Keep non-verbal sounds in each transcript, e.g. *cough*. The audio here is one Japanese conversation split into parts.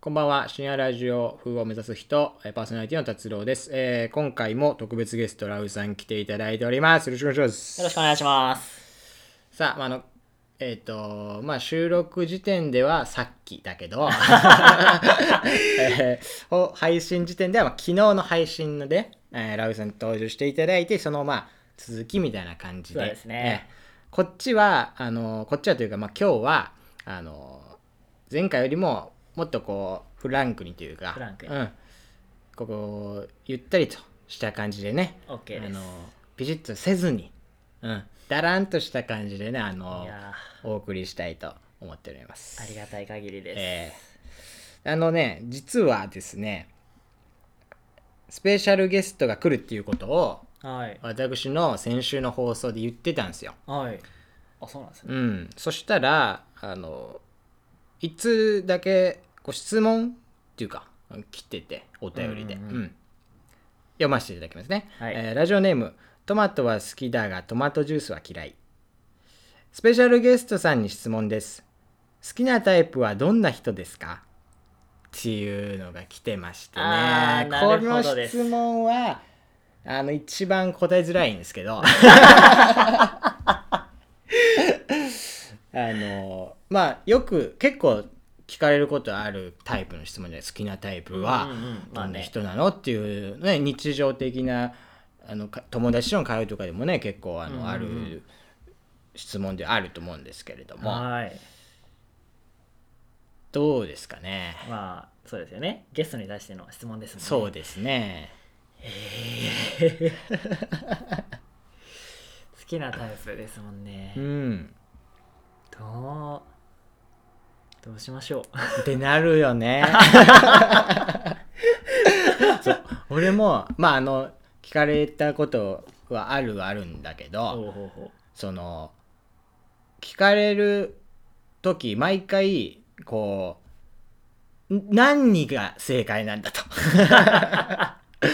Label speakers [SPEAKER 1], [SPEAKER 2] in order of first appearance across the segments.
[SPEAKER 1] こんばんは。深夜ラジオ風を目指す人、えーパーソナリティの達郎です。えー今回も特別ゲスト、ラウさん来ていただいております。よろしくお願いします。
[SPEAKER 2] よろしくお願いします。
[SPEAKER 1] さあ、まあ、あの、えっ、と、まあ、収録時点ではさっきだけ
[SPEAKER 2] *laughs*
[SPEAKER 1] ど、えーほ配信時点では、まあ、昨日の配信ので、えーラウさんに登場していただいて、その、まあ、続きみたいな感じで。
[SPEAKER 2] そうですね
[SPEAKER 1] えーこっちは、あの、こっちはというか、まあ、今日は、あの、前回よりも、もっとこう、フランクにというか、
[SPEAKER 2] フランクに
[SPEAKER 1] うん。ここ、ゆったりとした感じでね、
[SPEAKER 2] OK
[SPEAKER 1] あ
[SPEAKER 2] です。
[SPEAKER 1] のビシッとせずに、うん、だらんとした感じでねあの
[SPEAKER 2] いや
[SPEAKER 1] お送りしたいと思っております
[SPEAKER 2] ーありがたい限りです。
[SPEAKER 1] ええあのね実はですねスペシャルゲストが来るっていうことを
[SPEAKER 2] はい。
[SPEAKER 1] 私の先週の放送で言ってたんですよ
[SPEAKER 2] はい。あ、そうなんですね。
[SPEAKER 1] うんそしたらあのいつだけこう質問っていうか来ててお便りで、
[SPEAKER 2] うんうんう
[SPEAKER 1] うん読ませていただきますね、
[SPEAKER 2] はい
[SPEAKER 1] えーラジオネーム「トマトは好きだがトマトジュースは嫌い」スペシャルゲストさんに質問です好きなタイプはどんな人ですかっていうのが来てまして
[SPEAKER 2] あ
[SPEAKER 1] ね
[SPEAKER 2] ーな
[SPEAKER 1] こ
[SPEAKER 2] る
[SPEAKER 1] の
[SPEAKER 2] ほどです
[SPEAKER 1] 質問はあの一番答えづらいんですけどあのまあよく結構聞かれることあるタイプの質問じゃない好きなタイプは
[SPEAKER 2] うんうんま
[SPEAKER 1] ど
[SPEAKER 2] あ
[SPEAKER 1] んな
[SPEAKER 2] ね
[SPEAKER 1] 人なのっていう、ね、日常的なあのか友達との会話とかでもね結構あの、
[SPEAKER 2] うんうんうん
[SPEAKER 1] ある質問であると思うんですけれども
[SPEAKER 2] はい。
[SPEAKER 1] どうですかね
[SPEAKER 2] まあ、そうですよね。ゲストに対しての質問ですもんね。
[SPEAKER 1] そうですね
[SPEAKER 2] 好きなタイプですもんね
[SPEAKER 1] う。ん
[SPEAKER 2] どう、どうしましょう。
[SPEAKER 1] ってなるよ
[SPEAKER 2] *laughs*
[SPEAKER 1] ねそう俺もまああの聞かれたことはあるはあるんだけど
[SPEAKER 2] *laughs* ほうほうほ
[SPEAKER 1] その聞かれる時毎回こうん何が正解なんだと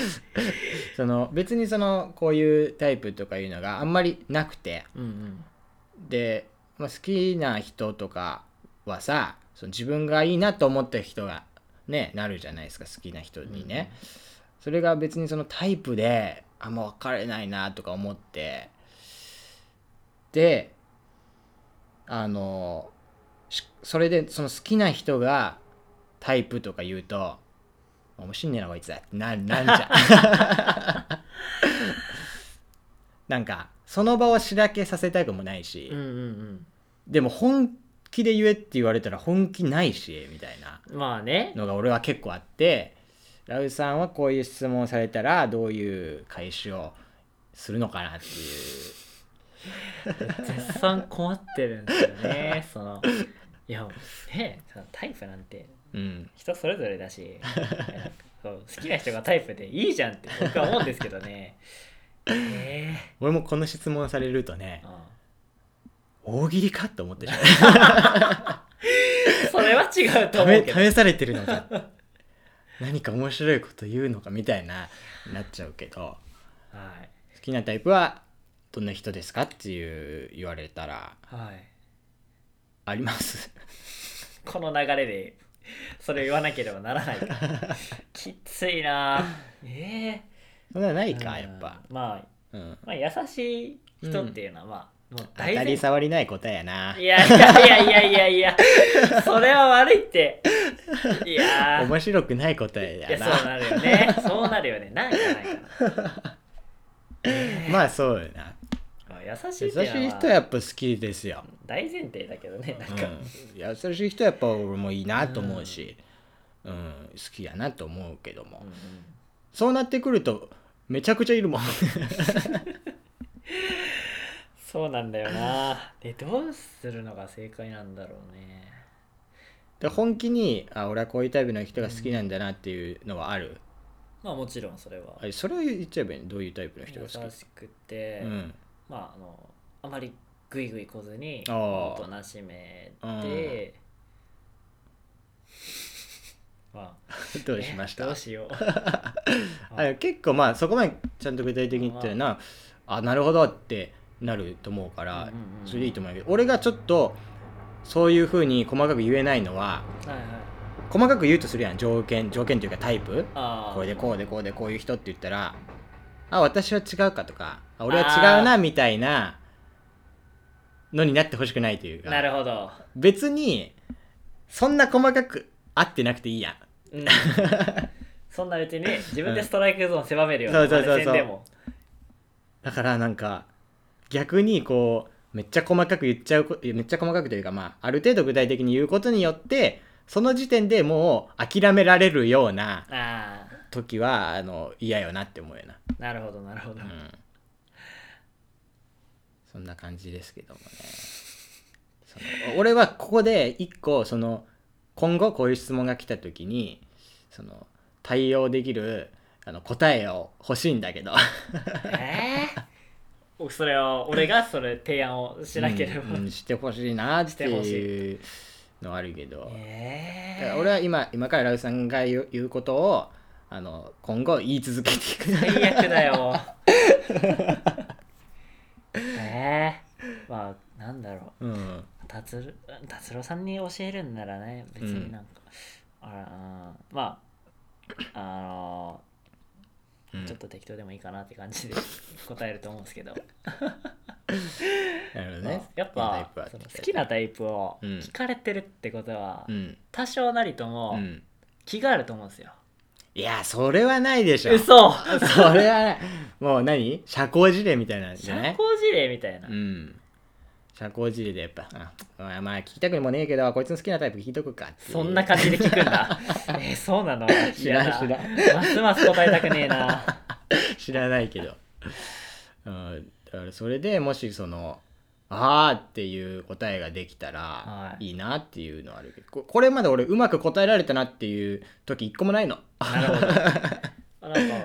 [SPEAKER 1] その別にそのこういうタイプとかいうのがあんまりなくて
[SPEAKER 2] う。うんうん。
[SPEAKER 1] で、まあ、好きな人とかはさその自分がいいなと思った人がねなるじゃないですか好きな人にね、それが別にそのタイプであんま分かれないなとか思ってであのしそれでその好きな人がタイプとか言うと「面白いねえなこいつ」ってななんじゃん *laughs* なんかその場をしらけさせたくもないし、
[SPEAKER 2] うんうん
[SPEAKER 1] でも本気で言えって言われたら本気ないしみたいな
[SPEAKER 2] うん。まあ *laughs* ね。
[SPEAKER 1] のが俺は結構あってラウさんはこういう質問をされたらどういう返しをするのかなっていう
[SPEAKER 2] 絶賛困ってるんですよね。その、いや、ねそのタイプなんて
[SPEAKER 1] うん
[SPEAKER 2] 人それぞれだし
[SPEAKER 1] *laughs*
[SPEAKER 2] いやそう好きな人がタイプでいいじゃんって僕は思うんですけどねえ
[SPEAKER 1] 俺もこの質問されるとね
[SPEAKER 2] え
[SPEAKER 1] 大喜利かと思ってし *laughs* まう
[SPEAKER 2] それは違うと思うけど
[SPEAKER 1] 試試されてるのか何か面白いこと言うのかみたいななっちゃうけど
[SPEAKER 2] はい
[SPEAKER 1] 好きなタイプはどんな人ですかっていう言われたら
[SPEAKER 2] はい
[SPEAKER 1] あります *laughs*
[SPEAKER 2] この流れでそれを言わなければなら
[SPEAKER 1] *laughs*
[SPEAKER 2] ないからきついなえ
[SPEAKER 1] そんなのな
[SPEAKER 2] え
[SPEAKER 1] いかやっぱ、
[SPEAKER 2] うんまあ、
[SPEAKER 1] うん、
[SPEAKER 2] まあ優しい人っていうのは、まあもう
[SPEAKER 1] 当
[SPEAKER 2] 大
[SPEAKER 1] た
[SPEAKER 2] 前
[SPEAKER 1] り
[SPEAKER 2] 提
[SPEAKER 1] 障りない答えやない
[SPEAKER 2] やいやいやいやいやいやそれは悪いっていやー
[SPEAKER 1] 面白くない答え
[SPEAKER 2] い
[SPEAKER 1] や
[SPEAKER 2] や
[SPEAKER 1] な
[SPEAKER 2] そうなるよ
[SPEAKER 1] *laughs*
[SPEAKER 2] ねそうなるよねなんかないかな
[SPEAKER 1] まあそうやな
[SPEAKER 2] まあ優しい
[SPEAKER 1] 優
[SPEAKER 2] っ
[SPEAKER 1] して
[SPEAKER 2] いう
[SPEAKER 1] い
[SPEAKER 2] の
[SPEAKER 1] 人はやっぱ好きですよ、
[SPEAKER 2] 大前提だけどねなん
[SPEAKER 1] う
[SPEAKER 2] か、
[SPEAKER 1] ん、優しい人はやっぱ俺もいいなと思うし、うん好きやなと思うけども、
[SPEAKER 2] うんうん
[SPEAKER 1] そうなってくるとめちゃくちゃい
[SPEAKER 2] *laughs*
[SPEAKER 1] るもん
[SPEAKER 2] そうなんだよなでどうするのが正解なんだろうね
[SPEAKER 1] で本気にあ俺はこういうタイプの人が好きなんだなっていうのはある、
[SPEAKER 2] まあもちろんそれは
[SPEAKER 1] あれそれを言っちゃえばいいのどういうタイプの人が
[SPEAKER 2] 優
[SPEAKER 1] 好き、
[SPEAKER 2] しくて、
[SPEAKER 1] うん *laughs*
[SPEAKER 2] まああのあまりグイグイ来ずに
[SPEAKER 1] あー
[SPEAKER 2] おとなしめで、まあ
[SPEAKER 1] どうしまし
[SPEAKER 2] えど
[SPEAKER 1] た
[SPEAKER 2] うしよう
[SPEAKER 1] あ結構まあそこまでちゃんと具体的に言ってるなあなるほどってなると思うから、
[SPEAKER 2] うんうんうん
[SPEAKER 1] それでいいと思うけど俺がちょっとそういうふうに細かく言えないのは
[SPEAKER 2] はいはい
[SPEAKER 1] 細かく言うとするやん条件条件というかタイプ
[SPEAKER 2] ああ
[SPEAKER 1] これでこうでこうでこういう人って言ったらあ私は違うかとかあ俺は違うなみたいなのになってほしくないというか
[SPEAKER 2] なるほど、
[SPEAKER 1] 別にそんな細かく合ってなくていいやん
[SPEAKER 2] うん、そんな別にね自分でストライクゾーン狭めるよう
[SPEAKER 1] う
[SPEAKER 2] なん
[SPEAKER 1] そうそうそうそう
[SPEAKER 2] でも
[SPEAKER 1] だからなんか逆にこうめっちゃ細かく言っちゃうこめっちゃ細かくというかまあある程度具体的に言うことによってその時点でもう諦められるような
[SPEAKER 2] ああ
[SPEAKER 1] 時はあの嫌よなって思うよな、
[SPEAKER 2] なるほどなるほど、
[SPEAKER 1] うん、そんな感じですけどもねその俺はここで一個その今後こういう質問が来た時にその対応できるあの答えを欲しいんだけど
[SPEAKER 2] ええそれを俺がそれ提案をしなければ、
[SPEAKER 1] うんうんしてほしいなって
[SPEAKER 2] して
[SPEAKER 1] いうのあるけど、だ
[SPEAKER 2] え
[SPEAKER 1] か
[SPEAKER 2] え
[SPEAKER 1] ら俺は今今からラウさんが言う言うことをあの今後言い続けていく
[SPEAKER 2] *laughs* 最悪だよええまあなんだろ
[SPEAKER 1] うん
[SPEAKER 2] う達郎達郎さんに教えるんならね別になんか、あらうんまああの
[SPEAKER 1] うん
[SPEAKER 2] ちょっと適当でもいいかなって感じで答えると思うんですけど、
[SPEAKER 1] なるほど
[SPEAKER 2] まあ
[SPEAKER 1] ね
[SPEAKER 2] やっ
[SPEAKER 1] タイ
[SPEAKER 2] ぱ
[SPEAKER 1] プは
[SPEAKER 2] その好きなタイプを
[SPEAKER 1] うん
[SPEAKER 2] 聞かれてるってことは、
[SPEAKER 1] うん、
[SPEAKER 2] 多少なりと
[SPEAKER 1] う
[SPEAKER 2] も
[SPEAKER 1] ん、
[SPEAKER 2] 気があると思うんですよ、
[SPEAKER 1] いやそれはないでしょ
[SPEAKER 2] 嘘
[SPEAKER 1] それはないもう何社交辞令みたいなんじ
[SPEAKER 2] 社
[SPEAKER 1] ゃない
[SPEAKER 2] 交辞令みたいな、
[SPEAKER 1] うん社交辞令でやっぱあまあ聞きたくもねえけどこいつの好きなタイプ聞いとくかっていう
[SPEAKER 2] そんな感じで聞く
[SPEAKER 1] *laughs*
[SPEAKER 2] んだえーそうなの
[SPEAKER 1] 知らん
[SPEAKER 2] 嫌ますます答えたくね
[SPEAKER 1] *laughs*
[SPEAKER 2] えな
[SPEAKER 1] 知らないけど、 *laughs* うん、だからそれでもしその「ああ」っていう答えができたら
[SPEAKER 2] はい
[SPEAKER 1] いいなっていうのはあるけど、ここれまで俺うまく答えられたなっていう時一個もないの
[SPEAKER 2] なるほどなんか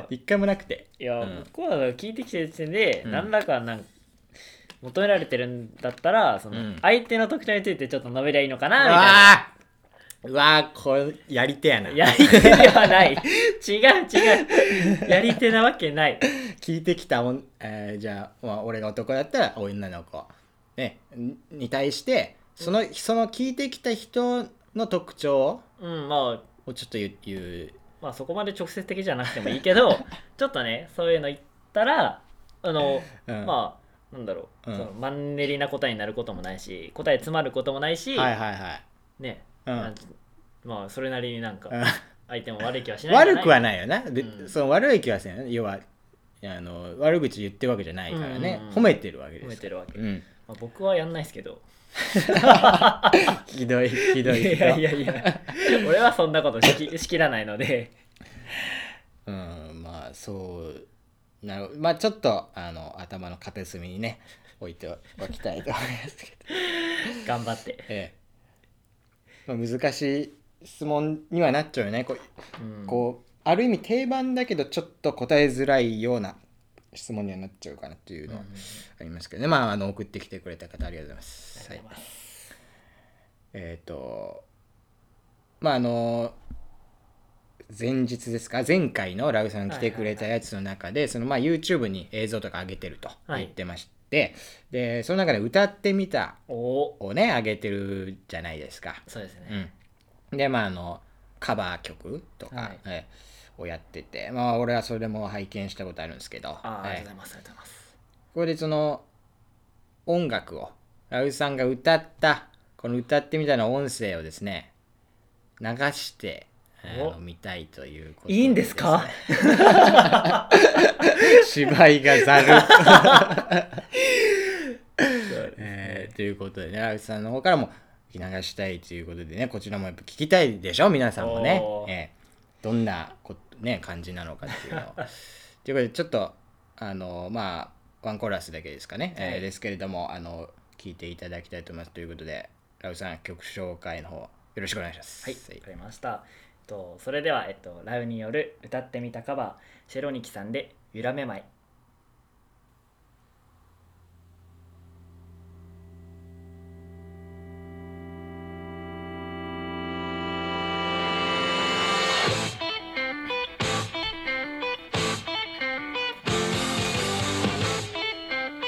[SPEAKER 1] *laughs* 一回もなくて
[SPEAKER 2] いや、
[SPEAKER 1] うん
[SPEAKER 2] 向こうが聞いてきてる時点で、
[SPEAKER 1] うん
[SPEAKER 2] 何らかなんか求められてるんだったらその、
[SPEAKER 1] うん
[SPEAKER 2] 相手の特徴についてちょっと述べりゃいいのか
[SPEAKER 1] う
[SPEAKER 2] なみたいな
[SPEAKER 1] わあうわーこれやり手やな
[SPEAKER 2] やり手ではない違う違うやり手なわけない
[SPEAKER 1] 聞いてきたおん、えーじゃあ、まあ、俺が男だったら女の子、ね、にに対してそのその聞いてきた人の特徴
[SPEAKER 2] うんまあ
[SPEAKER 1] をちょっと言う言う
[SPEAKER 2] まあそこまで直接的じゃなくてもいいけ
[SPEAKER 1] *laughs*
[SPEAKER 2] どちょっとねそういうの言ったらあの
[SPEAKER 1] うん
[SPEAKER 2] まあなんだろう、
[SPEAKER 1] うん
[SPEAKER 2] そのマンネリな答えになることもないし答え詰まることもないし、
[SPEAKER 1] はいはいはい
[SPEAKER 2] ね、
[SPEAKER 1] うん
[SPEAKER 2] なんまあそれなりになんか
[SPEAKER 1] うん
[SPEAKER 2] 相手も悪い気はしない
[SPEAKER 1] 悪くは
[SPEAKER 2] ない
[SPEAKER 1] ないよな、で
[SPEAKER 2] うん
[SPEAKER 1] その悪い気はせんよ要はあの悪口言ってるわけじゃないからね、
[SPEAKER 2] うんうんうん
[SPEAKER 1] 褒めてるわけです
[SPEAKER 2] 褒めてるわけ、
[SPEAKER 1] うん、
[SPEAKER 2] まあ、僕はやんないですけど
[SPEAKER 1] ひどいひ
[SPEAKER 2] い
[SPEAKER 1] どいひどい
[SPEAKER 2] やいやいや *laughs* 俺はそんなことしきしきらないので
[SPEAKER 1] うんまあそうなるまあちょっとあの頭の片隅にね置いておきたいと思いますけど
[SPEAKER 2] 頑張って、
[SPEAKER 1] ええ、まあ、難しい質問にはなっちゃうよねこう,、
[SPEAKER 2] うん、
[SPEAKER 1] こうある意味定番だけどちょっと答えづらいような質問にはなっちゃうかなっていう
[SPEAKER 2] う
[SPEAKER 1] の
[SPEAKER 2] ん
[SPEAKER 1] はありますけどね、まああの送ってきてくれた方ありがとうございます。
[SPEAKER 2] あ
[SPEAKER 1] は
[SPEAKER 2] り
[SPEAKER 1] い
[SPEAKER 2] がとうござい、ます
[SPEAKER 1] えっ、とまああの前日ですか前回のラウさん来てくれたやつの中でそのまあ YouTube に映像とか上げてると言ってまして、でその中で歌ってみた
[SPEAKER 2] お
[SPEAKER 1] をね上げてるじゃないですか。
[SPEAKER 2] そうですね、
[SPEAKER 1] うん、でまああのカバー曲とか、
[SPEAKER 2] はい
[SPEAKER 1] えーをやっててまあ俺はそれも拝見したことあるんですけど、
[SPEAKER 2] あーあ
[SPEAKER 1] はい
[SPEAKER 2] りがとうございますありがとうございます
[SPEAKER 1] これでその音楽をラウさんが歌ったこの歌ってみたいな音声をですね流してあの
[SPEAKER 2] お
[SPEAKER 1] 見たいということ
[SPEAKER 2] いいんですか *laughs*
[SPEAKER 1] 芝居がざる、えーということでねラウさんの方からも聞き流したいということでねこちらもやっぱ聞きたいでしょ皆さんもね
[SPEAKER 2] お、ー
[SPEAKER 1] えーどんなこ、ね、感じなのかっていうのを。
[SPEAKER 2] *laughs*
[SPEAKER 1] ということでちょっとあのまあワンコーラスだけですかね、えー
[SPEAKER 2] はい
[SPEAKER 1] ですけれどもあの聞いていただきたいと思いますということでラウさん曲紹介の方よろしくお願いします。
[SPEAKER 2] はい、わかりました。えっと、それでは、えっと、ラウによる歌ってみたカバー、シェロニキさんで、ゆらめまい。
[SPEAKER 3] 「ゆらめまい」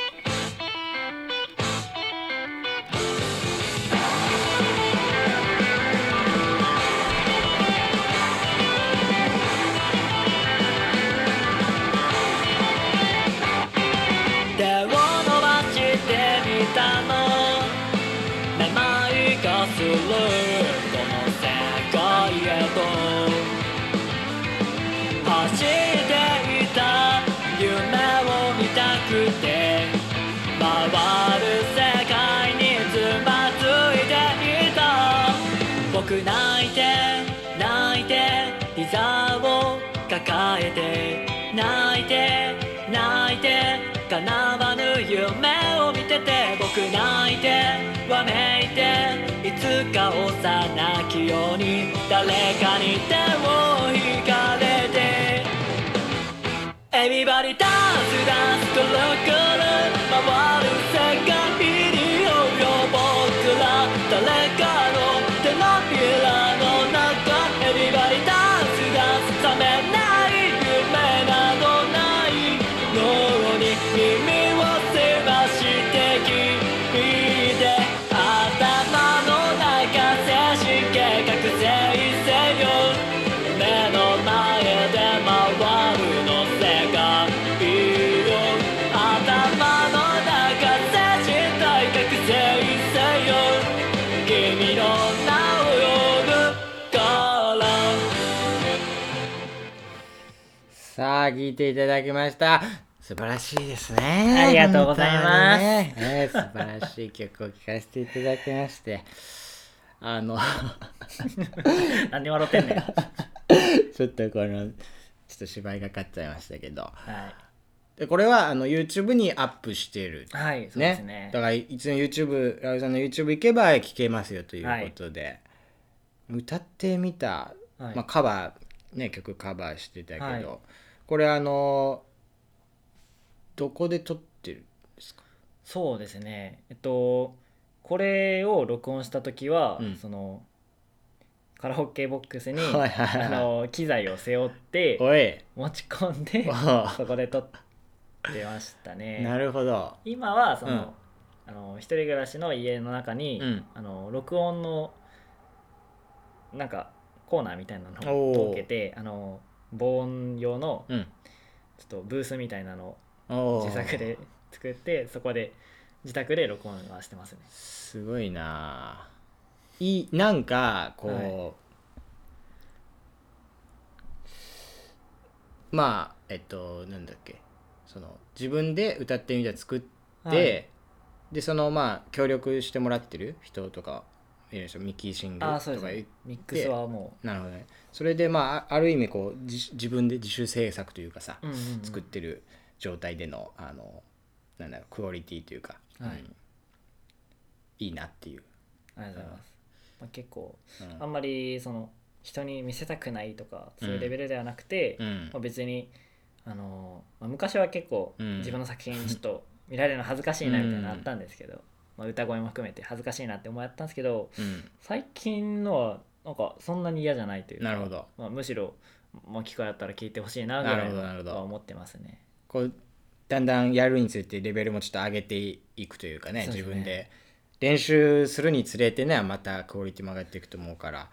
[SPEAKER 2] て泣いてリザーを抱えて泣いて泣いて叶わぬ夢を見てて僕泣いてわめいていつか幼きように誰かに手を引かれて Everybody dance dance くるくる回る世界にいようよ僕ら誰かの手のひらの中 Everybody dance dance 覚めない夢などない脳に耳を澄まして君で頭の中精神計画整理せよ目の前で回るの世界を頭の中精神体覚醒せよ君の名を呼ぶから
[SPEAKER 1] さあ、聞いていただきました。素晴らしいですね。
[SPEAKER 2] ありがとうございます
[SPEAKER 1] 本当にねね素晴らしい曲を聴かせていただきまして。あの、 *laughs*
[SPEAKER 2] 何で笑ってんねんは
[SPEAKER 1] ちょっとこの、ちょっと芝居がかっちゃいましたけど。
[SPEAKER 2] い、
[SPEAKER 1] でこれはあの YouTube にアップしてる。
[SPEAKER 2] はい、そうですね
[SPEAKER 1] だから、いつも YouTube、ラウさんの YouTube 行けば聴けますよということで。歌ってみた、
[SPEAKER 2] はい
[SPEAKER 1] まあ、カバー、ね、曲カバーしてたけど、
[SPEAKER 2] はい
[SPEAKER 1] これあの、どこで撮ってるんですか
[SPEAKER 2] そうですねえっとこれを録音した時は、
[SPEAKER 1] うん
[SPEAKER 2] そのカラオケボックスに、
[SPEAKER 1] はいはいはい
[SPEAKER 2] あの機材を背負って
[SPEAKER 1] お *laughs* い
[SPEAKER 2] 持ち込んで
[SPEAKER 1] おう
[SPEAKER 2] そこで撮ってましたね。
[SPEAKER 1] *laughs* なるほど。
[SPEAKER 2] 今はその、あの一人暮らしの家の中に、
[SPEAKER 1] うん
[SPEAKER 2] あの録音のなんかコーナーみたいなの
[SPEAKER 1] おー
[SPEAKER 2] を設けてあの防音用の
[SPEAKER 1] うん。
[SPEAKER 2] ちょっとブースみたいなの
[SPEAKER 1] お
[SPEAKER 2] を
[SPEAKER 1] ー
[SPEAKER 2] 自宅で作ってそこで自宅で録音はしてますね。
[SPEAKER 1] すごいなあいいなんかこう、
[SPEAKER 2] は
[SPEAKER 1] まあえっとなんだっけその自分で歌ってみたら作って、
[SPEAKER 2] はい
[SPEAKER 1] でそのまあ協力してもらってる人とかいるでしょミッキーシング
[SPEAKER 2] あ
[SPEAKER 1] と
[SPEAKER 2] あそうです
[SPEAKER 1] かい
[SPEAKER 2] ね。ミックスはも
[SPEAKER 1] なるほどねそれでまああある意味こう自自分で自主制作というかさ、
[SPEAKER 2] う、うんうんうん
[SPEAKER 1] 作ってる状態でのあのなんだろうクオリティというか、
[SPEAKER 2] はい
[SPEAKER 1] うんいいなっていう、
[SPEAKER 2] ありがとうございます。まあ、結構
[SPEAKER 1] うん
[SPEAKER 2] あんまりその人に見せたくないとかそういうレベルではなくて、
[SPEAKER 1] うん
[SPEAKER 2] まあ、別に、あのーまあ、昔は結構
[SPEAKER 1] うん
[SPEAKER 2] 自分の作品ちょっと見られるの恥ずかしいなみたいなの
[SPEAKER 1] う
[SPEAKER 2] あ
[SPEAKER 1] ん
[SPEAKER 2] ったんですけど、まあ、歌声も含めて恥ずかしいなって思ったんですけど
[SPEAKER 1] うん
[SPEAKER 2] 最近のはなんかそんなに嫌じゃないというか
[SPEAKER 1] なるほど
[SPEAKER 2] まあ、むしろ、まあ、機会あったら聞いてほしいなぐ
[SPEAKER 1] な
[SPEAKER 2] ら
[SPEAKER 1] る
[SPEAKER 2] い
[SPEAKER 1] ほどなるほど
[SPEAKER 2] は思ってますね。
[SPEAKER 1] こうだんだんやるにつれてレベルもちょっと上げていくというかね
[SPEAKER 2] そうで
[SPEAKER 1] 自
[SPEAKER 2] すね
[SPEAKER 1] 分で練習するにつれてねまたクオリティも上がっていくと思うから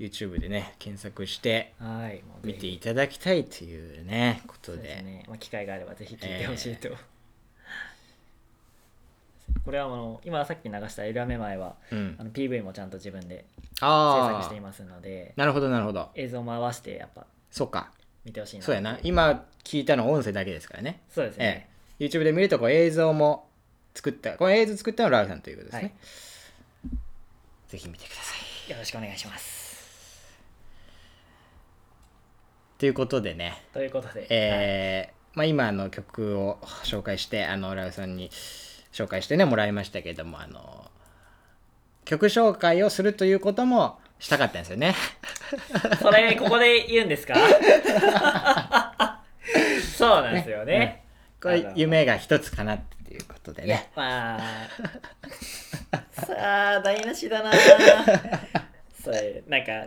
[SPEAKER 1] YouTube でね検索して
[SPEAKER 2] はい、もうぜ
[SPEAKER 1] 見
[SPEAKER 2] ひ
[SPEAKER 1] ていただきたいというねこと
[SPEAKER 2] そう
[SPEAKER 1] で
[SPEAKER 2] ですね、まあ、機会があればぜひ聞いてほしいと、 *laughs* これはあの今さっき流した「エラめ前は」
[SPEAKER 1] うん
[SPEAKER 2] あの PV もちゃんと自分で制
[SPEAKER 1] あ
[SPEAKER 2] 作
[SPEAKER 1] あ
[SPEAKER 2] していますので
[SPEAKER 1] なるほどなるほど
[SPEAKER 2] 映像も合わせてやっぱ
[SPEAKER 1] そうか
[SPEAKER 2] 見てほしいな
[SPEAKER 1] そうやな今聞いたのは音声だけですからね
[SPEAKER 2] そうです
[SPEAKER 1] え
[SPEAKER 2] ね、
[SPEAKER 1] え YouTube で見るとこう映像も作ったこの映像作ったのはラウさんということですね、
[SPEAKER 2] はい
[SPEAKER 1] ぜひ見てください
[SPEAKER 2] よろしくお願いします
[SPEAKER 1] ということでね
[SPEAKER 2] ということで、
[SPEAKER 1] えーまあ、今の曲を紹介してあのラウさんに紹介してねもらいましたけどもあの曲紹介をするということもしたかったんですよ
[SPEAKER 2] *laughs*
[SPEAKER 1] ね
[SPEAKER 2] はいそれここで言うんで
[SPEAKER 1] *laughs*
[SPEAKER 2] すかそうなんですよね
[SPEAKER 1] これ *laughs* 夢が一つかなっていうことで
[SPEAKER 2] いや
[SPEAKER 1] ね *laughs*
[SPEAKER 2] まあさあ台無しだなそれなんか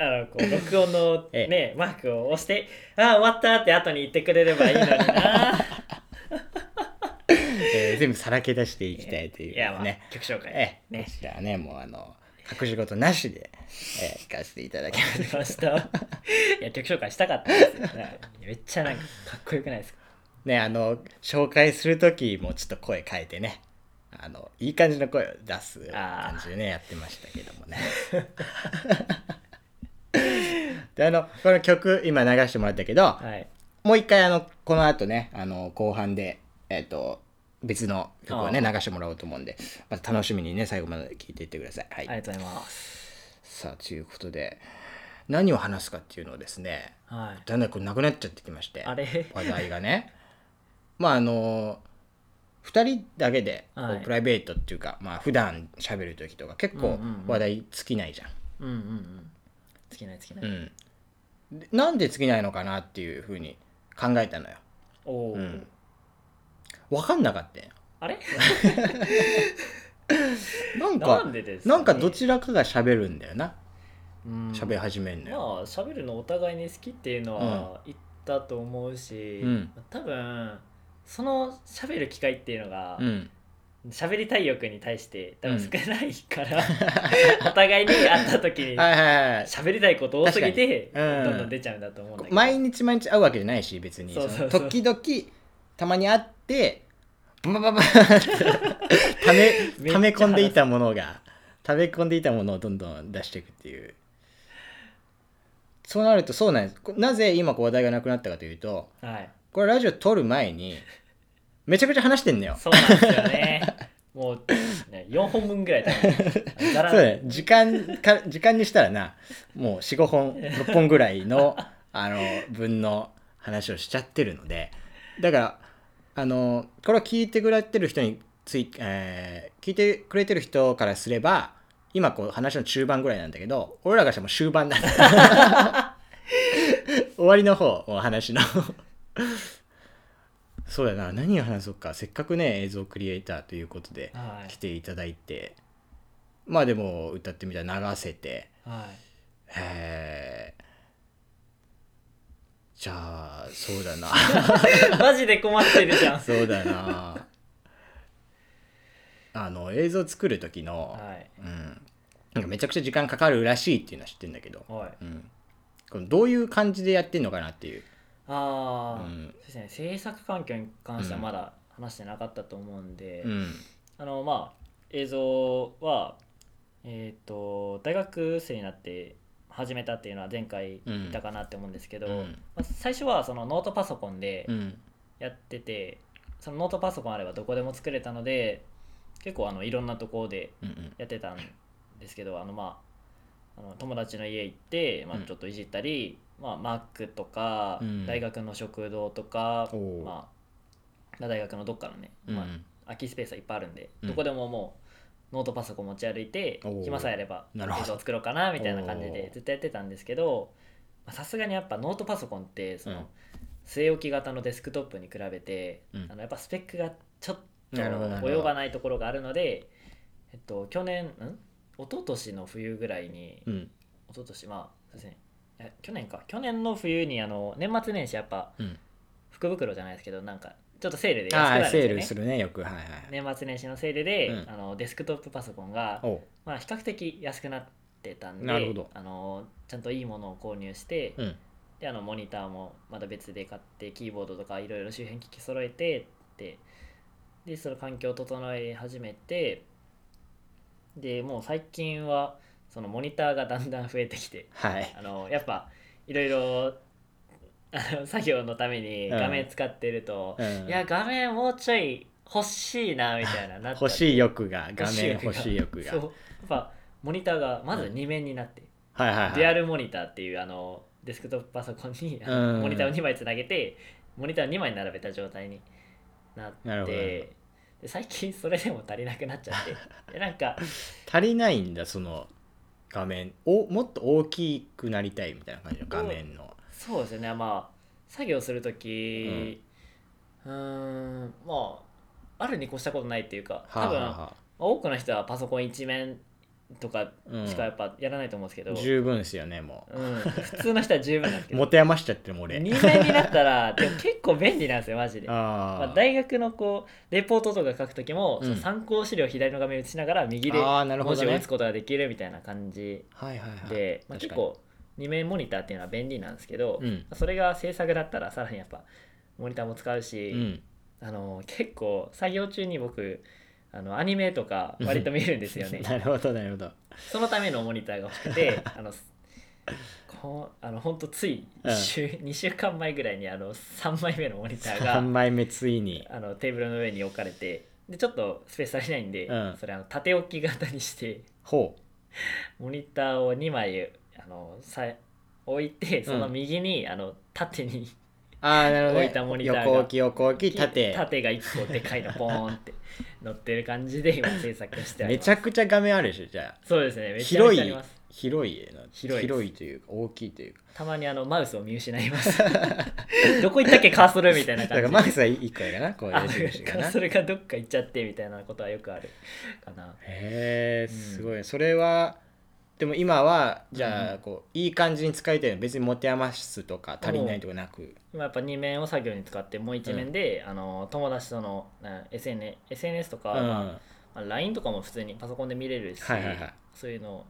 [SPEAKER 2] あの
[SPEAKER 1] *laughs*
[SPEAKER 2] こう録音の
[SPEAKER 1] ええ
[SPEAKER 2] ねマークを押して「ああ終わった」って後に言ってくれればいい
[SPEAKER 1] *laughs*
[SPEAKER 2] のにな
[SPEAKER 1] えー全部さらけ出していきたいというね
[SPEAKER 2] いや、まあ、曲紹介
[SPEAKER 1] ええ、
[SPEAKER 2] ね
[SPEAKER 1] じゃあね、もうあの、隠し事なしで、えー、行かせていただきま
[SPEAKER 2] あ
[SPEAKER 1] す。
[SPEAKER 2] りましたいや曲紹介したかったですよ
[SPEAKER 1] *laughs*
[SPEAKER 2] ねめっちゃなんかかっこよくないですか
[SPEAKER 1] ね、あの、紹介するときもちょっと声変えてね、あの、いい感じの声を出す
[SPEAKER 2] あー
[SPEAKER 1] 感じでね、やってましたけどもね。 *laughs* で、あの、この曲、今流してもらったけど、
[SPEAKER 2] はい
[SPEAKER 1] もう一回、あの、この後ね、あの、後半で、えっ、と、別の曲をね、流してもらおうと思うんで、また楽しみにね、最後まで聴いていってください。は
[SPEAKER 2] ありがとうございます
[SPEAKER 1] さあということで何を話すかっていうのをですね
[SPEAKER 2] はい
[SPEAKER 1] だんだんこうなくなっちゃってきまして
[SPEAKER 2] あれ *laughs*
[SPEAKER 1] 話題がねまああの2人だけでこう
[SPEAKER 2] はい
[SPEAKER 1] プライベートっていうか、まあ普段喋る時とか結
[SPEAKER 2] うん
[SPEAKER 1] 構
[SPEAKER 2] うんうん
[SPEAKER 1] 話題尽きないじゃん,、
[SPEAKER 2] うんうんうん尽きない尽きない、
[SPEAKER 1] うんでなんで尽きないのかなっていうふうに考えたのよ
[SPEAKER 2] おお、
[SPEAKER 1] うん分かんなかったよ
[SPEAKER 2] あれ
[SPEAKER 1] なん
[SPEAKER 2] な
[SPEAKER 1] か
[SPEAKER 2] んでです
[SPEAKER 1] なんかどちらかが喋るんだよな
[SPEAKER 2] うん
[SPEAKER 1] 喋り始めんの
[SPEAKER 2] ま
[SPEAKER 1] よ、
[SPEAKER 2] あ喋るのお互いに好きっていうのは言ったと思うし、
[SPEAKER 1] うん
[SPEAKER 2] 多分その喋る機会っていうのが
[SPEAKER 1] うん
[SPEAKER 2] 喋、りたい欲に対して多
[SPEAKER 1] う
[SPEAKER 2] 分
[SPEAKER 1] ん
[SPEAKER 2] 少ないから、 *laughs* お互いに会った時
[SPEAKER 1] *laughs*
[SPEAKER 2] に
[SPEAKER 1] はいはいはい
[SPEAKER 2] 喋りたいこと多すぎて
[SPEAKER 1] 確かにうん
[SPEAKER 2] どんどん出ちゃうんだと思うんだけど、
[SPEAKER 1] 毎日毎日会うわけじゃないし別に
[SPEAKER 2] そうそうそう
[SPEAKER 1] その時々たまに会ってババババーっ
[SPEAKER 2] *laughs*
[SPEAKER 1] てため
[SPEAKER 2] めっちゃ話す
[SPEAKER 1] 溜め込んでいたものが溜め込んでいたものをどんどん出していくっていうそうなるとそうなんですこなぜ今こう話題がなくなったかというと
[SPEAKER 2] はい、
[SPEAKER 1] これラジオ撮る前にめちゃくちゃ話してんのよ
[SPEAKER 2] そうなんですよねもう、ね、4本分ぐらい多
[SPEAKER 1] *laughs*
[SPEAKER 2] 分だら
[SPEAKER 1] そうだね時間か *laughs* 時間にしたらなもう45本6本ぐらい
[SPEAKER 2] *laughs*
[SPEAKER 1] のあの分の話をしちゃってるのでだからあのこれを聞いてくれてる人につい、えー聞いてくれてる人からすれば今こう話の中盤ぐらいなんだけど俺らがしてもう終盤なんだ
[SPEAKER 2] *laughs*
[SPEAKER 1] 終わりの方お話のそうだな何を話そうかせっかくね映像クリエイターということで
[SPEAKER 2] は
[SPEAKER 1] 来ていただいてまあでも歌ってみたら流せて
[SPEAKER 2] い、は
[SPEAKER 1] えーじゃあそうだ
[SPEAKER 2] *laughs*
[SPEAKER 1] な
[SPEAKER 2] い、マジで困ってるじゃん
[SPEAKER 1] そうだなあの映像作る時の、
[SPEAKER 2] はい
[SPEAKER 1] うん、なんかめちゃくちゃ時間かかるらしいっていうのは知ってんだけど、
[SPEAKER 2] はい
[SPEAKER 1] うん、このどういう感じでやってんのかなっていう、う
[SPEAKER 2] ああ、
[SPEAKER 1] ん
[SPEAKER 2] そうですね制作環境に関してはまだ話してなかったと思うんで、
[SPEAKER 1] うん
[SPEAKER 2] あのまあ映像はえっ、と大学生になって始めたっていうのは前回
[SPEAKER 1] うん
[SPEAKER 2] 言ったかなって思うんですけど、
[SPEAKER 1] うん
[SPEAKER 2] まあ、最初はそのノートパソコンで
[SPEAKER 1] うん
[SPEAKER 2] やってて、そのノートパソコンあればどこでも作れたので結構あのいろんなところで
[SPEAKER 1] うん
[SPEAKER 2] やってたんですけどあのまああの友達の家行って、まあ
[SPEAKER 1] うん、
[SPEAKER 2] ちょっといじったり、まあ、マックとか、
[SPEAKER 1] うん
[SPEAKER 2] 大学の食堂とか、
[SPEAKER 1] おう
[SPEAKER 2] まあ、大学のどっかのね、
[SPEAKER 1] うん
[SPEAKER 2] まあ、空きスペースはいっぱいあるんで、
[SPEAKER 1] うん
[SPEAKER 2] どこでももうノートパソコン持ち歩いて
[SPEAKER 1] おー
[SPEAKER 2] 暇さえあれば
[SPEAKER 1] なるほど
[SPEAKER 2] 映像作ろうかなみたいな感じ
[SPEAKER 1] お
[SPEAKER 2] で
[SPEAKER 1] ー
[SPEAKER 2] ずっとやってたんですけどまあさすがにやっぱノートパソコンってその、
[SPEAKER 1] うん
[SPEAKER 2] 据え置き型のデスクトップに比べて、
[SPEAKER 1] うん
[SPEAKER 2] あのやっぱスペックがちょっと
[SPEAKER 1] なるほどなるほど
[SPEAKER 2] 及ばないところがあるのでえっと去年ん一昨年の冬ぐらいに、
[SPEAKER 1] うん
[SPEAKER 2] 一昨年まあそうですねえ去年か去年の冬にあの年末年始やっぱ
[SPEAKER 1] うん
[SPEAKER 2] 福袋じゃないですけどなんかちょっとセールで安くな
[SPEAKER 1] あ
[SPEAKER 2] るん
[SPEAKER 1] あ
[SPEAKER 2] です
[SPEAKER 1] セ
[SPEAKER 2] よ
[SPEAKER 1] ー
[SPEAKER 2] ね
[SPEAKER 1] ルするねよくはいはい
[SPEAKER 2] 年末年始のセールで、
[SPEAKER 1] うん
[SPEAKER 2] あのデスクトップパソコンが、
[SPEAKER 1] おう
[SPEAKER 2] まあ、比較的安くなってたんで
[SPEAKER 1] なるほど
[SPEAKER 2] あのちゃんといいものを購入して、
[SPEAKER 1] うん
[SPEAKER 2] であのモニターもまた別で買ってキーボードとかいろいろ周辺機器揃えてってでその環境を整え始めてでもう最近はそのモニターがだんだん増えてきて
[SPEAKER 1] はい
[SPEAKER 2] あのやっぱいろいろあの作業のために画面使ってると、
[SPEAKER 1] うん
[SPEAKER 2] いや画面もうちょい欲しいなみたいななっちゃって
[SPEAKER 1] 欲しい欲が画面
[SPEAKER 2] 欲
[SPEAKER 1] 欲しい欲が
[SPEAKER 2] そうやっぱモニターがまず
[SPEAKER 1] うん
[SPEAKER 2] 2面になって、
[SPEAKER 1] はいはいはい
[SPEAKER 2] デュアルモニターっていうあのデスクトップパソコンに、あの
[SPEAKER 1] うん
[SPEAKER 2] モニターを2枚つなげてモニターを2枚並べた状態になっ
[SPEAKER 1] なるほどなる
[SPEAKER 2] てで最近それでも足りなくなっち
[SPEAKER 1] *laughs*
[SPEAKER 2] ゃってでなんか
[SPEAKER 1] 足りないんだその画面をもっと大きくなりたいみたいな感じの画面の
[SPEAKER 2] そうですねまあ作業する時うーんまああるに越したことないっていうか多分、まあ
[SPEAKER 1] は
[SPEAKER 2] 多くの人はパソコン1面とか
[SPEAKER 1] あは
[SPEAKER 2] しかや
[SPEAKER 1] あ
[SPEAKER 2] っぱやらないと思うんですけど、
[SPEAKER 1] うん、十分ですよねも
[SPEAKER 2] うん、普通の人は十分なんですけ
[SPEAKER 1] う *laughs*
[SPEAKER 2] ど
[SPEAKER 1] 持て余しちゃってるもん俺
[SPEAKER 2] 2面になったらでも結構便利なんですよマジで。まあ
[SPEAKER 1] あー、
[SPEAKER 2] 大学のこうレポートとか書く時も、
[SPEAKER 1] うん
[SPEAKER 2] 参考資料を左の画面に映しながら右で
[SPEAKER 1] あーなるほ
[SPEAKER 2] 文
[SPEAKER 1] ど
[SPEAKER 2] 字
[SPEAKER 1] ね
[SPEAKER 2] を打つことができるみたいな感じ
[SPEAKER 1] はいはいはい
[SPEAKER 2] で、まあ、
[SPEAKER 1] 確
[SPEAKER 2] 結
[SPEAKER 1] かに
[SPEAKER 2] 構2面モニターっていうのは便利なんですけど、
[SPEAKER 1] うん
[SPEAKER 2] それが制作だったらさらにやっぱモニターも使うし、
[SPEAKER 1] うん
[SPEAKER 2] あの結構作業中に僕あのアニメとか割と見るんですよ
[SPEAKER 1] *laughs*
[SPEAKER 2] ね
[SPEAKER 1] なるほどなるほど
[SPEAKER 2] そのためのモニターが欲し
[SPEAKER 1] *laughs*
[SPEAKER 2] くてあのこうあのほんとつい1週、2週間前ぐらいにあの3枚目のモニターが
[SPEAKER 1] 3枚目ついに
[SPEAKER 2] あのテーブルの上に置かれてでちょっとスペース足りないんで、
[SPEAKER 1] うん
[SPEAKER 2] それあの縦置き型にして
[SPEAKER 1] ほう
[SPEAKER 2] モニターを2枚あのさ置いてその右に、あの縦に
[SPEAKER 1] ああなるほど、
[SPEAKER 2] 置いたモニターが
[SPEAKER 1] 横置き横置き縦
[SPEAKER 2] が1個でかいのポーンって乗ってる感じで今制作してあり
[SPEAKER 1] め
[SPEAKER 2] ます
[SPEAKER 1] ちゃくちゃ画面あるでしょじゃあ
[SPEAKER 2] そうですねめちゃめ
[SPEAKER 1] 広
[SPEAKER 2] ちゃあり
[SPEAKER 1] い
[SPEAKER 2] ます
[SPEAKER 1] 広い絵な
[SPEAKER 2] 広いです
[SPEAKER 1] 広いというか大きいというか
[SPEAKER 2] たまにあのマウスを見失います *laughs* どこ行ったっけカーソルみたいな
[SPEAKER 1] だか
[SPEAKER 2] 感じ
[SPEAKER 1] ら
[SPEAKER 2] で
[SPEAKER 1] マウスは1個やかなこう
[SPEAKER 2] あ
[SPEAKER 1] 矢印か
[SPEAKER 2] カ
[SPEAKER 1] な
[SPEAKER 2] ーソルがどっか行っちゃってみたいなことはよくあるかな
[SPEAKER 1] へえすごい、それはでも今はじゃ
[SPEAKER 2] う
[SPEAKER 1] あこういい感じに使いたいの別に持て余すとか足りないとかなく
[SPEAKER 2] 今やっぱ2面を作業に使ってもう1面で、あの友達とのな SN SNS とか、
[SPEAKER 1] うん
[SPEAKER 2] ま
[SPEAKER 1] は
[SPEAKER 2] あ、LINE とかも普通にパソコンで見れるし、
[SPEAKER 1] いはいはい
[SPEAKER 2] そういうのを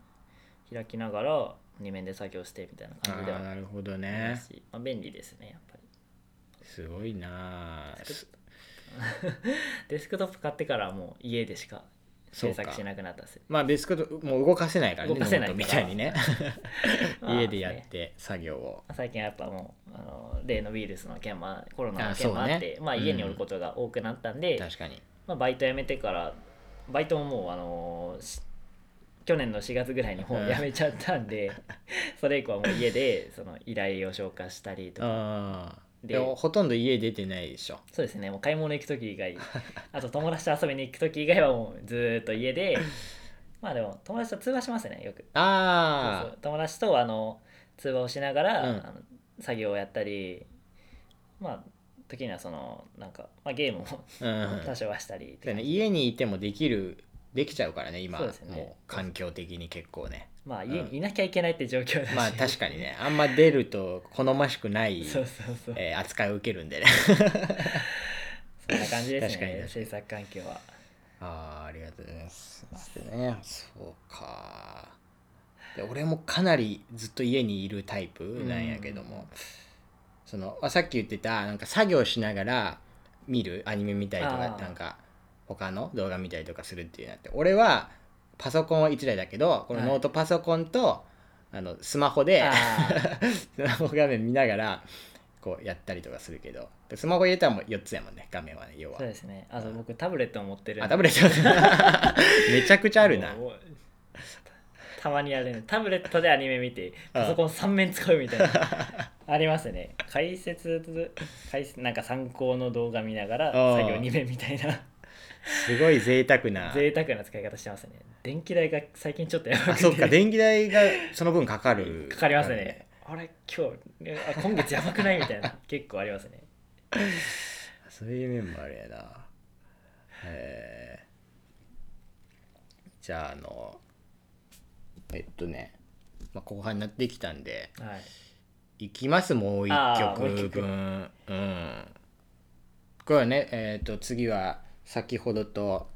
[SPEAKER 2] 開きながら2面で作業してみたいな
[SPEAKER 1] あ
[SPEAKER 2] 感じでは
[SPEAKER 1] ー
[SPEAKER 2] あ
[SPEAKER 1] なるほど
[SPEAKER 2] りま
[SPEAKER 1] ね
[SPEAKER 2] すし、まあ、便利ですねやっぱり
[SPEAKER 1] すごいなあす
[SPEAKER 2] デスクトップ買ってからはもう家でしか
[SPEAKER 1] そ
[SPEAKER 2] 制
[SPEAKER 1] うか
[SPEAKER 2] 作しなくなったんですよ
[SPEAKER 1] まあ別こともう動かせないからね
[SPEAKER 2] 動かせないか
[SPEAKER 1] ノ
[SPEAKER 2] ら
[SPEAKER 1] ートみたいにね
[SPEAKER 2] まあ
[SPEAKER 1] 家でやって作業を
[SPEAKER 2] 最近はやっぱもうあの例のウイルスの件もあコロナの
[SPEAKER 1] あ
[SPEAKER 2] 件もあって
[SPEAKER 1] そうね
[SPEAKER 2] まあ、家におることが多くなったんで、
[SPEAKER 1] 確かに
[SPEAKER 2] まあ、バイト辞めてからバイトももうあのーし去年の4月ぐらいにもう辞めちゃったん
[SPEAKER 1] *laughs*
[SPEAKER 2] で、それ以降はもう家でその依頼を消化したりとか
[SPEAKER 1] ああ
[SPEAKER 2] で
[SPEAKER 1] でもほとんど家出てないでしょ
[SPEAKER 2] そうですねもう買い物行く時以外 *laughs* あと友達と遊びに行く時以外はもうずーっと家
[SPEAKER 1] *laughs*
[SPEAKER 2] でまあでも友達と通話しますねよく
[SPEAKER 1] ああ
[SPEAKER 2] そうそう友達とあの通話をしながら、
[SPEAKER 1] うん
[SPEAKER 2] あの作業をやったりまあ時にはそのなんか、まあ、ゲームも
[SPEAKER 1] うん
[SPEAKER 2] *laughs* 多少はしたりって
[SPEAKER 1] だ
[SPEAKER 2] 感
[SPEAKER 1] ね、
[SPEAKER 2] じ
[SPEAKER 1] 家にいてもできるできちゃうからね今
[SPEAKER 2] そうですね
[SPEAKER 1] もう環境的に結構
[SPEAKER 2] *laughs*
[SPEAKER 1] ね
[SPEAKER 2] まあ家
[SPEAKER 1] うん
[SPEAKER 2] にいなきゃいけないって状況だし、
[SPEAKER 1] まあ確かに
[SPEAKER 2] *laughs*
[SPEAKER 1] ねあんま出ると好ましくない、
[SPEAKER 2] そうそうそう
[SPEAKER 1] えー扱いを受けるんでね
[SPEAKER 2] そんな感じ
[SPEAKER 1] 確かに
[SPEAKER 2] ですね
[SPEAKER 1] 確かに
[SPEAKER 2] 制作環境は
[SPEAKER 1] ああありがとうございますそうですねそうかで俺もかなりずっと家にいるタイプなんやけども、そのあさっき言ってたなんか作業しながら見るアニメ見たりとか
[SPEAKER 2] あー
[SPEAKER 1] なんか他の動画見たりとかするっていうのって俺はパソコンは1台だけどこの
[SPEAKER 2] はい
[SPEAKER 1] ノートパソコンと、あのスマホで
[SPEAKER 2] あ
[SPEAKER 1] *laughs* スマホ画面見ながらこうやったりとかするけどスマホ入れたらもう4つやもんね画面はね要
[SPEAKER 2] あ
[SPEAKER 1] は
[SPEAKER 2] そうですねあと僕タブレットを持ってるんで
[SPEAKER 1] あタブレット *laughs* めちゃくちゃあるな
[SPEAKER 2] もうたまにあるねタブレットでアニメ見てパソコン3面使うみ
[SPEAKER 1] *laughs*
[SPEAKER 2] たいなありますね解説解説なんか参考の動画見ながら
[SPEAKER 1] あー
[SPEAKER 2] 作業2面みたいな
[SPEAKER 1] すごい贅沢な
[SPEAKER 2] 贅沢な使い方してますね電気代が最近ちょっとやば
[SPEAKER 1] あ
[SPEAKER 2] くて
[SPEAKER 1] そっか電気代がその分かかる
[SPEAKER 2] かかりますねあれ今日あ今月やばくないみたいな結構ありますね
[SPEAKER 1] そういう面もあるやなえーじゃああのえっとね、まあ、後半になってきたんで
[SPEAKER 2] はい
[SPEAKER 1] いきますもう一
[SPEAKER 2] あーもう
[SPEAKER 1] 曲
[SPEAKER 2] 一曲
[SPEAKER 1] 分うんこれはねえっ、と次は先ほどと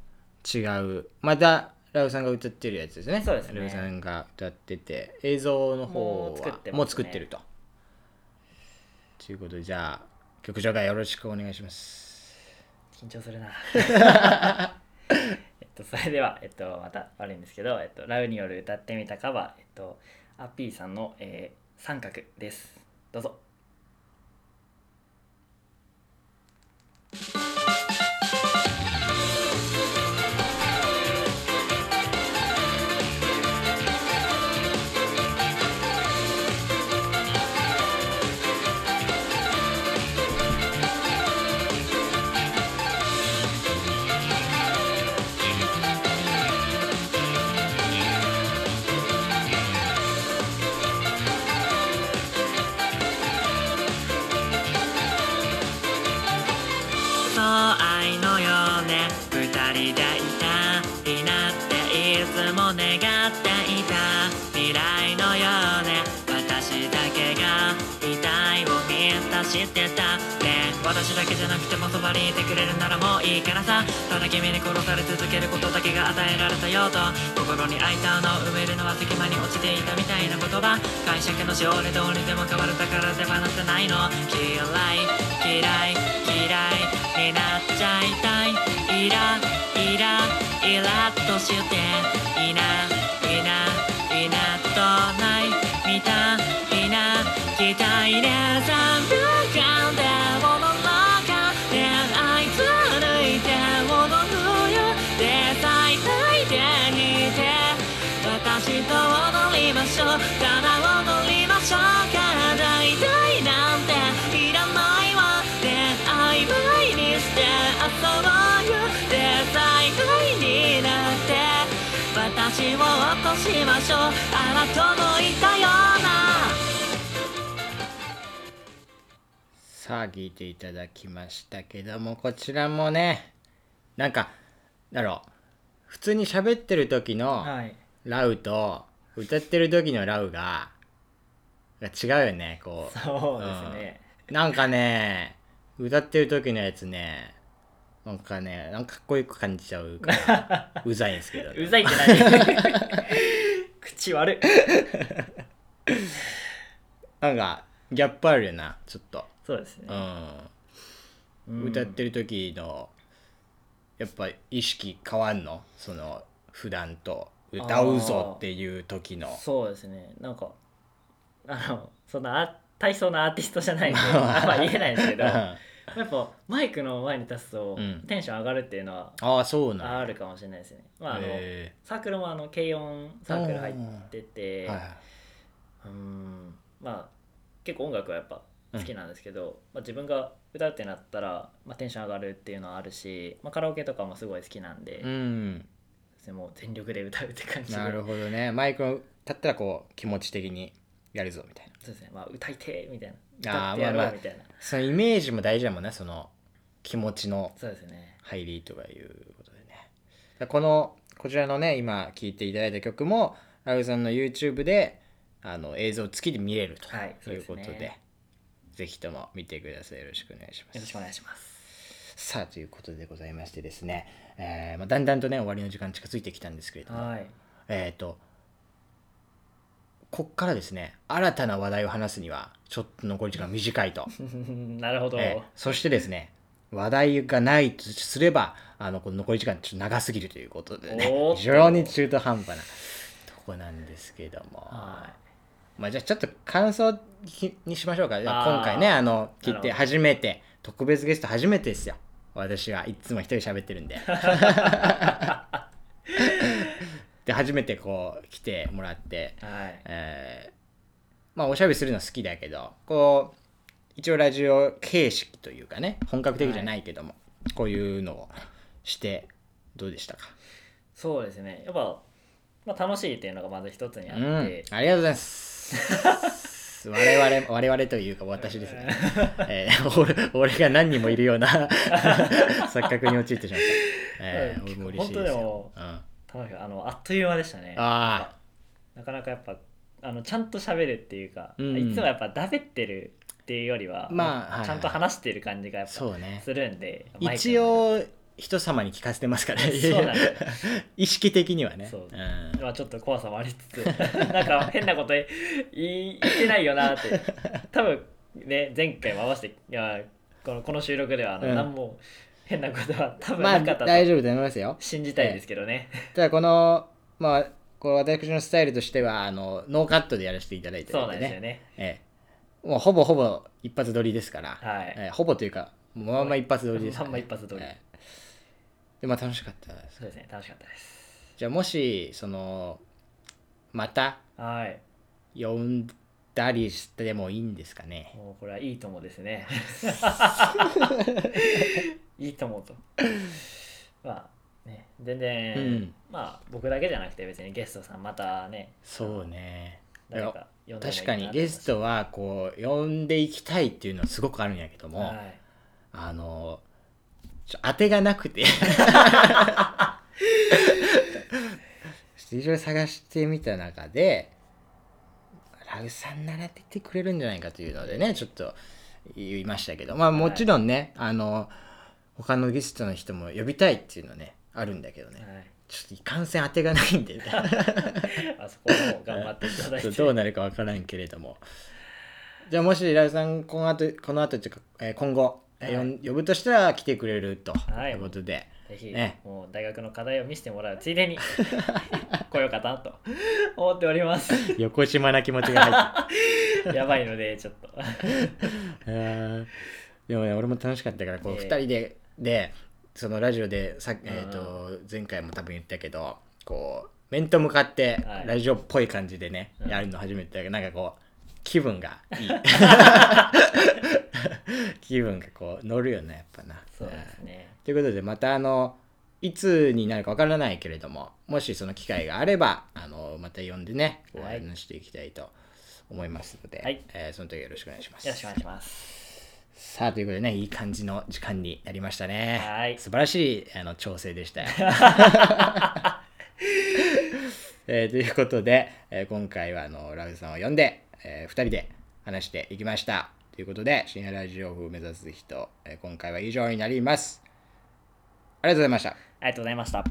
[SPEAKER 1] 違うまたラウさんが歌ってるやつですね
[SPEAKER 2] そうですね
[SPEAKER 1] ラウさんが歌ってて映像の方は
[SPEAKER 2] もう作ってますね
[SPEAKER 1] もう作ってるとということでじゃあ曲紹介よろしくお願いします
[SPEAKER 2] 緊張するなえっとそれでは、えっと、また悪いんですけど、えっと、ラウによる歌ってみたカバー、えっと、アッピーさんの、えー三角ですどうぞ
[SPEAKER 3] そう愛のようね二人でいたいなっていつも願っていた未来のようね私だけが遺体を見たしてたね私だけじゃなくてもそばにいてくれるならもういいからさただ君に殺され続けることだけが与えられた用途心に空いた穴を埋めるのは隙間に落ちていたみたいな言葉解釈のしおれどうにでも変わるだから手放せないの嫌い嫌い嫌いになっちゃいたいイライライラっとしていないないいなっとないみたいな期待で三秒間で物の中で愛つ抜いて物のよで最大でにて私と
[SPEAKER 4] 川を乗りましょうから大体なんていらないわ出会い前にして遊ぼうよで災害になって私を起こしましょうあなたもいたような
[SPEAKER 1] さあ聞いていただきましたけどもこちらもねなんかだろう普通に喋ってる時の
[SPEAKER 2] はい
[SPEAKER 1] ラウと歌ってる時のラウがが違うよねこう
[SPEAKER 2] そうですね、
[SPEAKER 1] なんかね歌ってる時のやつねなんかねなんかかっこよく感じちゃうから
[SPEAKER 2] *laughs*
[SPEAKER 1] うざいんですけど、
[SPEAKER 2] うざいって何口悪い
[SPEAKER 1] なんかギャップあるよなちょっと
[SPEAKER 2] そうですね、
[SPEAKER 1] うん、歌ってる時のやっぱ意識変わんのその普段と歌うぞっていう時の
[SPEAKER 2] そうですねなんかあのそんなあ大層なアーティストじゃ *laughs* ないんであんま言えないですけ
[SPEAKER 1] う
[SPEAKER 2] ど
[SPEAKER 1] ん
[SPEAKER 2] や
[SPEAKER 1] あ
[SPEAKER 2] っぱマイクの前に立つと、
[SPEAKER 1] うん
[SPEAKER 2] テンション上がるっていうのは
[SPEAKER 1] *laughs* あそうなん
[SPEAKER 2] あるかもしれないですねまああの
[SPEAKER 1] へ
[SPEAKER 2] サークルもあの軽音サークル入って
[SPEAKER 1] え
[SPEAKER 2] て、
[SPEAKER 1] はいはいう
[SPEAKER 2] ーんまあ結構音楽はやっぱ好きなんですけど、まあ、自分が歌うってなったら、まあ、テンション上がるっていうのはあるし、まあ、カラオケとかもすごい好きなんで、
[SPEAKER 1] うん
[SPEAKER 2] もう全力で歌うって感じで
[SPEAKER 1] なるほどねマイク立ったらこう気持ち的にやるぞみたいな
[SPEAKER 2] そうですね、まあ、歌いてーみたいな
[SPEAKER 1] あー
[SPEAKER 2] 歌って
[SPEAKER 1] ま
[SPEAKER 2] や
[SPEAKER 1] あ
[SPEAKER 2] ろ
[SPEAKER 1] ま
[SPEAKER 2] う
[SPEAKER 1] あ
[SPEAKER 2] みたいな、
[SPEAKER 1] そのイメージも大事だもんねその気持ちの
[SPEAKER 2] そうですね
[SPEAKER 1] 入りとかいうことでねだからこのこちらのね今聴いていただいた曲もラウさんの YouTube であの映像付きで見れると
[SPEAKER 2] はいそう
[SPEAKER 1] いう
[SPEAKER 2] です
[SPEAKER 1] こ
[SPEAKER 2] ね
[SPEAKER 1] とで,、ぜひとも見てくださいよろしくお願いしま
[SPEAKER 2] よろし
[SPEAKER 1] す
[SPEAKER 2] くお願いします
[SPEAKER 1] さあということでございましてですね、えーまあ、だんだんとね終わりの時間近づいてきたんですけれども
[SPEAKER 2] はい *laughs*
[SPEAKER 1] えっ、とこっからですね新たな話題を話すにはちょっと残り時間短いと
[SPEAKER 2] なるほど、
[SPEAKER 1] ええそしてですね話題がないとすればあのこの残り時間ちょっと長すぎるということで
[SPEAKER 2] お
[SPEAKER 1] ね
[SPEAKER 2] ー
[SPEAKER 1] 非常に中途半端なとこなんですけども
[SPEAKER 2] は
[SPEAKER 1] まあじゃあちょっと感想にしましょうかじゃあ
[SPEAKER 2] あー
[SPEAKER 1] 今回ねあの切っ
[SPEAKER 2] なるほ
[SPEAKER 1] て
[SPEAKER 2] ど
[SPEAKER 1] 初めて特別ゲスト初めてですよ私はいつも一人喋ってる
[SPEAKER 2] *laughs*
[SPEAKER 1] んでで初めてこう来てもらって
[SPEAKER 2] いはい
[SPEAKER 1] えーまあおしゃべりするの好きだけどこう一応ラジオ形式というかね本格的じゃないけども、こういうのをしてどうでしたか
[SPEAKER 2] そうですねやっぱ、まあ、楽しいっていうのがまず一つにあ
[SPEAKER 1] う
[SPEAKER 2] っ
[SPEAKER 1] んあ
[SPEAKER 2] て
[SPEAKER 1] り、がとうございます
[SPEAKER 2] *laughs*
[SPEAKER 1] 我々我々というか私ですね、えー俺俺が何人もいるような
[SPEAKER 2] *laughs*
[SPEAKER 1] 錯覚に陥ってしまった、えー、俺
[SPEAKER 2] うん
[SPEAKER 1] も嬉しいですよ
[SPEAKER 2] 本、
[SPEAKER 1] うん、あ
[SPEAKER 2] *laughs* 楽しかったあのあっという間でしたね
[SPEAKER 1] あ
[SPEAKER 2] なかなかやっぱあのちゃんと喋るっていうか、
[SPEAKER 1] うん
[SPEAKER 2] いつもやっぱだべってるっていうよりは、
[SPEAKER 1] まあはいはい
[SPEAKER 2] ちゃんと話してる感じがやっぱ
[SPEAKER 1] そうね
[SPEAKER 2] するんで、マイク
[SPEAKER 1] 一
[SPEAKER 2] の
[SPEAKER 1] 応人様に聞かせてますからね
[SPEAKER 2] そうなんです
[SPEAKER 1] 意識的にはね
[SPEAKER 2] そう
[SPEAKER 1] うん
[SPEAKER 2] まあちょっと怖さもありつ *laughs* つなんか変なこと言い言ってないよなって多分ね前回も合わせていやこのこの収録ではあの、
[SPEAKER 1] うん
[SPEAKER 2] 何も変なことは多分
[SPEAKER 1] まあ
[SPEAKER 2] なかったと
[SPEAKER 1] 大丈夫だと思いますよ。
[SPEAKER 2] 信じたいですけどね、
[SPEAKER 1] ただこのまあこれ私のスタイルとしてはあのノーカットでやらせていただいて
[SPEAKER 2] そ
[SPEAKER 1] る
[SPEAKER 2] うなん
[SPEAKER 1] で
[SPEAKER 2] ですよ
[SPEAKER 1] ね。
[SPEAKER 2] ね
[SPEAKER 1] ええ、もうほぼほぼ一発撮りですから、
[SPEAKER 2] はい
[SPEAKER 1] ええほぼというかもうまんま一発撮りですから、
[SPEAKER 2] まんま一発撮り
[SPEAKER 1] ええでまあ楽しかったです
[SPEAKER 2] そうですね楽しかったです
[SPEAKER 1] じゃあもしそのまた
[SPEAKER 2] はい
[SPEAKER 1] 呼んだりしてもいいんですかね。
[SPEAKER 2] もうこれはいいともです
[SPEAKER 1] *laughs*
[SPEAKER 2] ね。いいともと。まあね、全然、
[SPEAKER 1] うん
[SPEAKER 2] まあ僕だけじゃなくて別にゲストさんまたね、
[SPEAKER 1] そうね。
[SPEAKER 2] 誰か呼んでもいい
[SPEAKER 1] 確かにゲス
[SPEAKER 2] ト
[SPEAKER 1] トはこう呼んでいきたいっていうのはすごくあるんやけども。
[SPEAKER 2] はい、
[SPEAKER 1] あのちょ当てがなくてちょっといろいろ探してみた中でラウさんなら出てくれるんじゃないかというのでねちょっと言いましたけどまあもちろんね、あの他のゲストの人も呼びたいっていうのねあるんだけどね、ちょっといかんせん当てがないんでね
[SPEAKER 2] はい、あそこの方頑張っていただい
[SPEAKER 1] ちょ
[SPEAKER 2] て
[SPEAKER 1] っ。とどうなるかわからんけれどもじゃあもしラウさんこの後この後っていうか、えー今後、えー
[SPEAKER 2] はい
[SPEAKER 1] 呼ん呼ぶとしたら来てくれると
[SPEAKER 2] はい
[SPEAKER 1] いうことで、
[SPEAKER 2] ぜひ、
[SPEAKER 1] ね
[SPEAKER 2] もう大学の課題を見せてもらうつい
[SPEAKER 1] *laughs*
[SPEAKER 2] でに来ようかなと思っております。
[SPEAKER 1] 横島な気持ちが入って
[SPEAKER 2] やばいのでちょっと。
[SPEAKER 5] *laughs*
[SPEAKER 1] えーでもね俺も楽しかったからこう
[SPEAKER 2] ええ
[SPEAKER 1] 2人で、でそのラジオでさ、えー
[SPEAKER 2] う
[SPEAKER 1] と前回も多分言ったけどこう面と向かって
[SPEAKER 5] はい
[SPEAKER 1] ラジオっぽい感じでね、
[SPEAKER 5] うん
[SPEAKER 1] やるの初めてだけどなんかこう気分が
[SPEAKER 5] *laughs*
[SPEAKER 1] いい気分がこう乗るよねやっぱな
[SPEAKER 5] そうですね
[SPEAKER 1] ということでまたあのいつになるかわからないけれどももしその機会があればあのまた呼んでねお
[SPEAKER 5] はい
[SPEAKER 1] 話ししていきたいと思いますので、
[SPEAKER 5] はい
[SPEAKER 1] えーその時はよろしくお願いします
[SPEAKER 5] よろしくお願いします
[SPEAKER 1] さあということでねいい感じの時間になりましたね
[SPEAKER 5] はい
[SPEAKER 1] 素晴らしいあの調整で
[SPEAKER 5] *laughs*
[SPEAKER 1] したよ、えーということで、えー今回はあのラウさんを呼んで、え2人で話していきましたということで深夜ラジオ風を目指す人、えー今回は以上になりますありがとうございました
[SPEAKER 5] ありがとうございました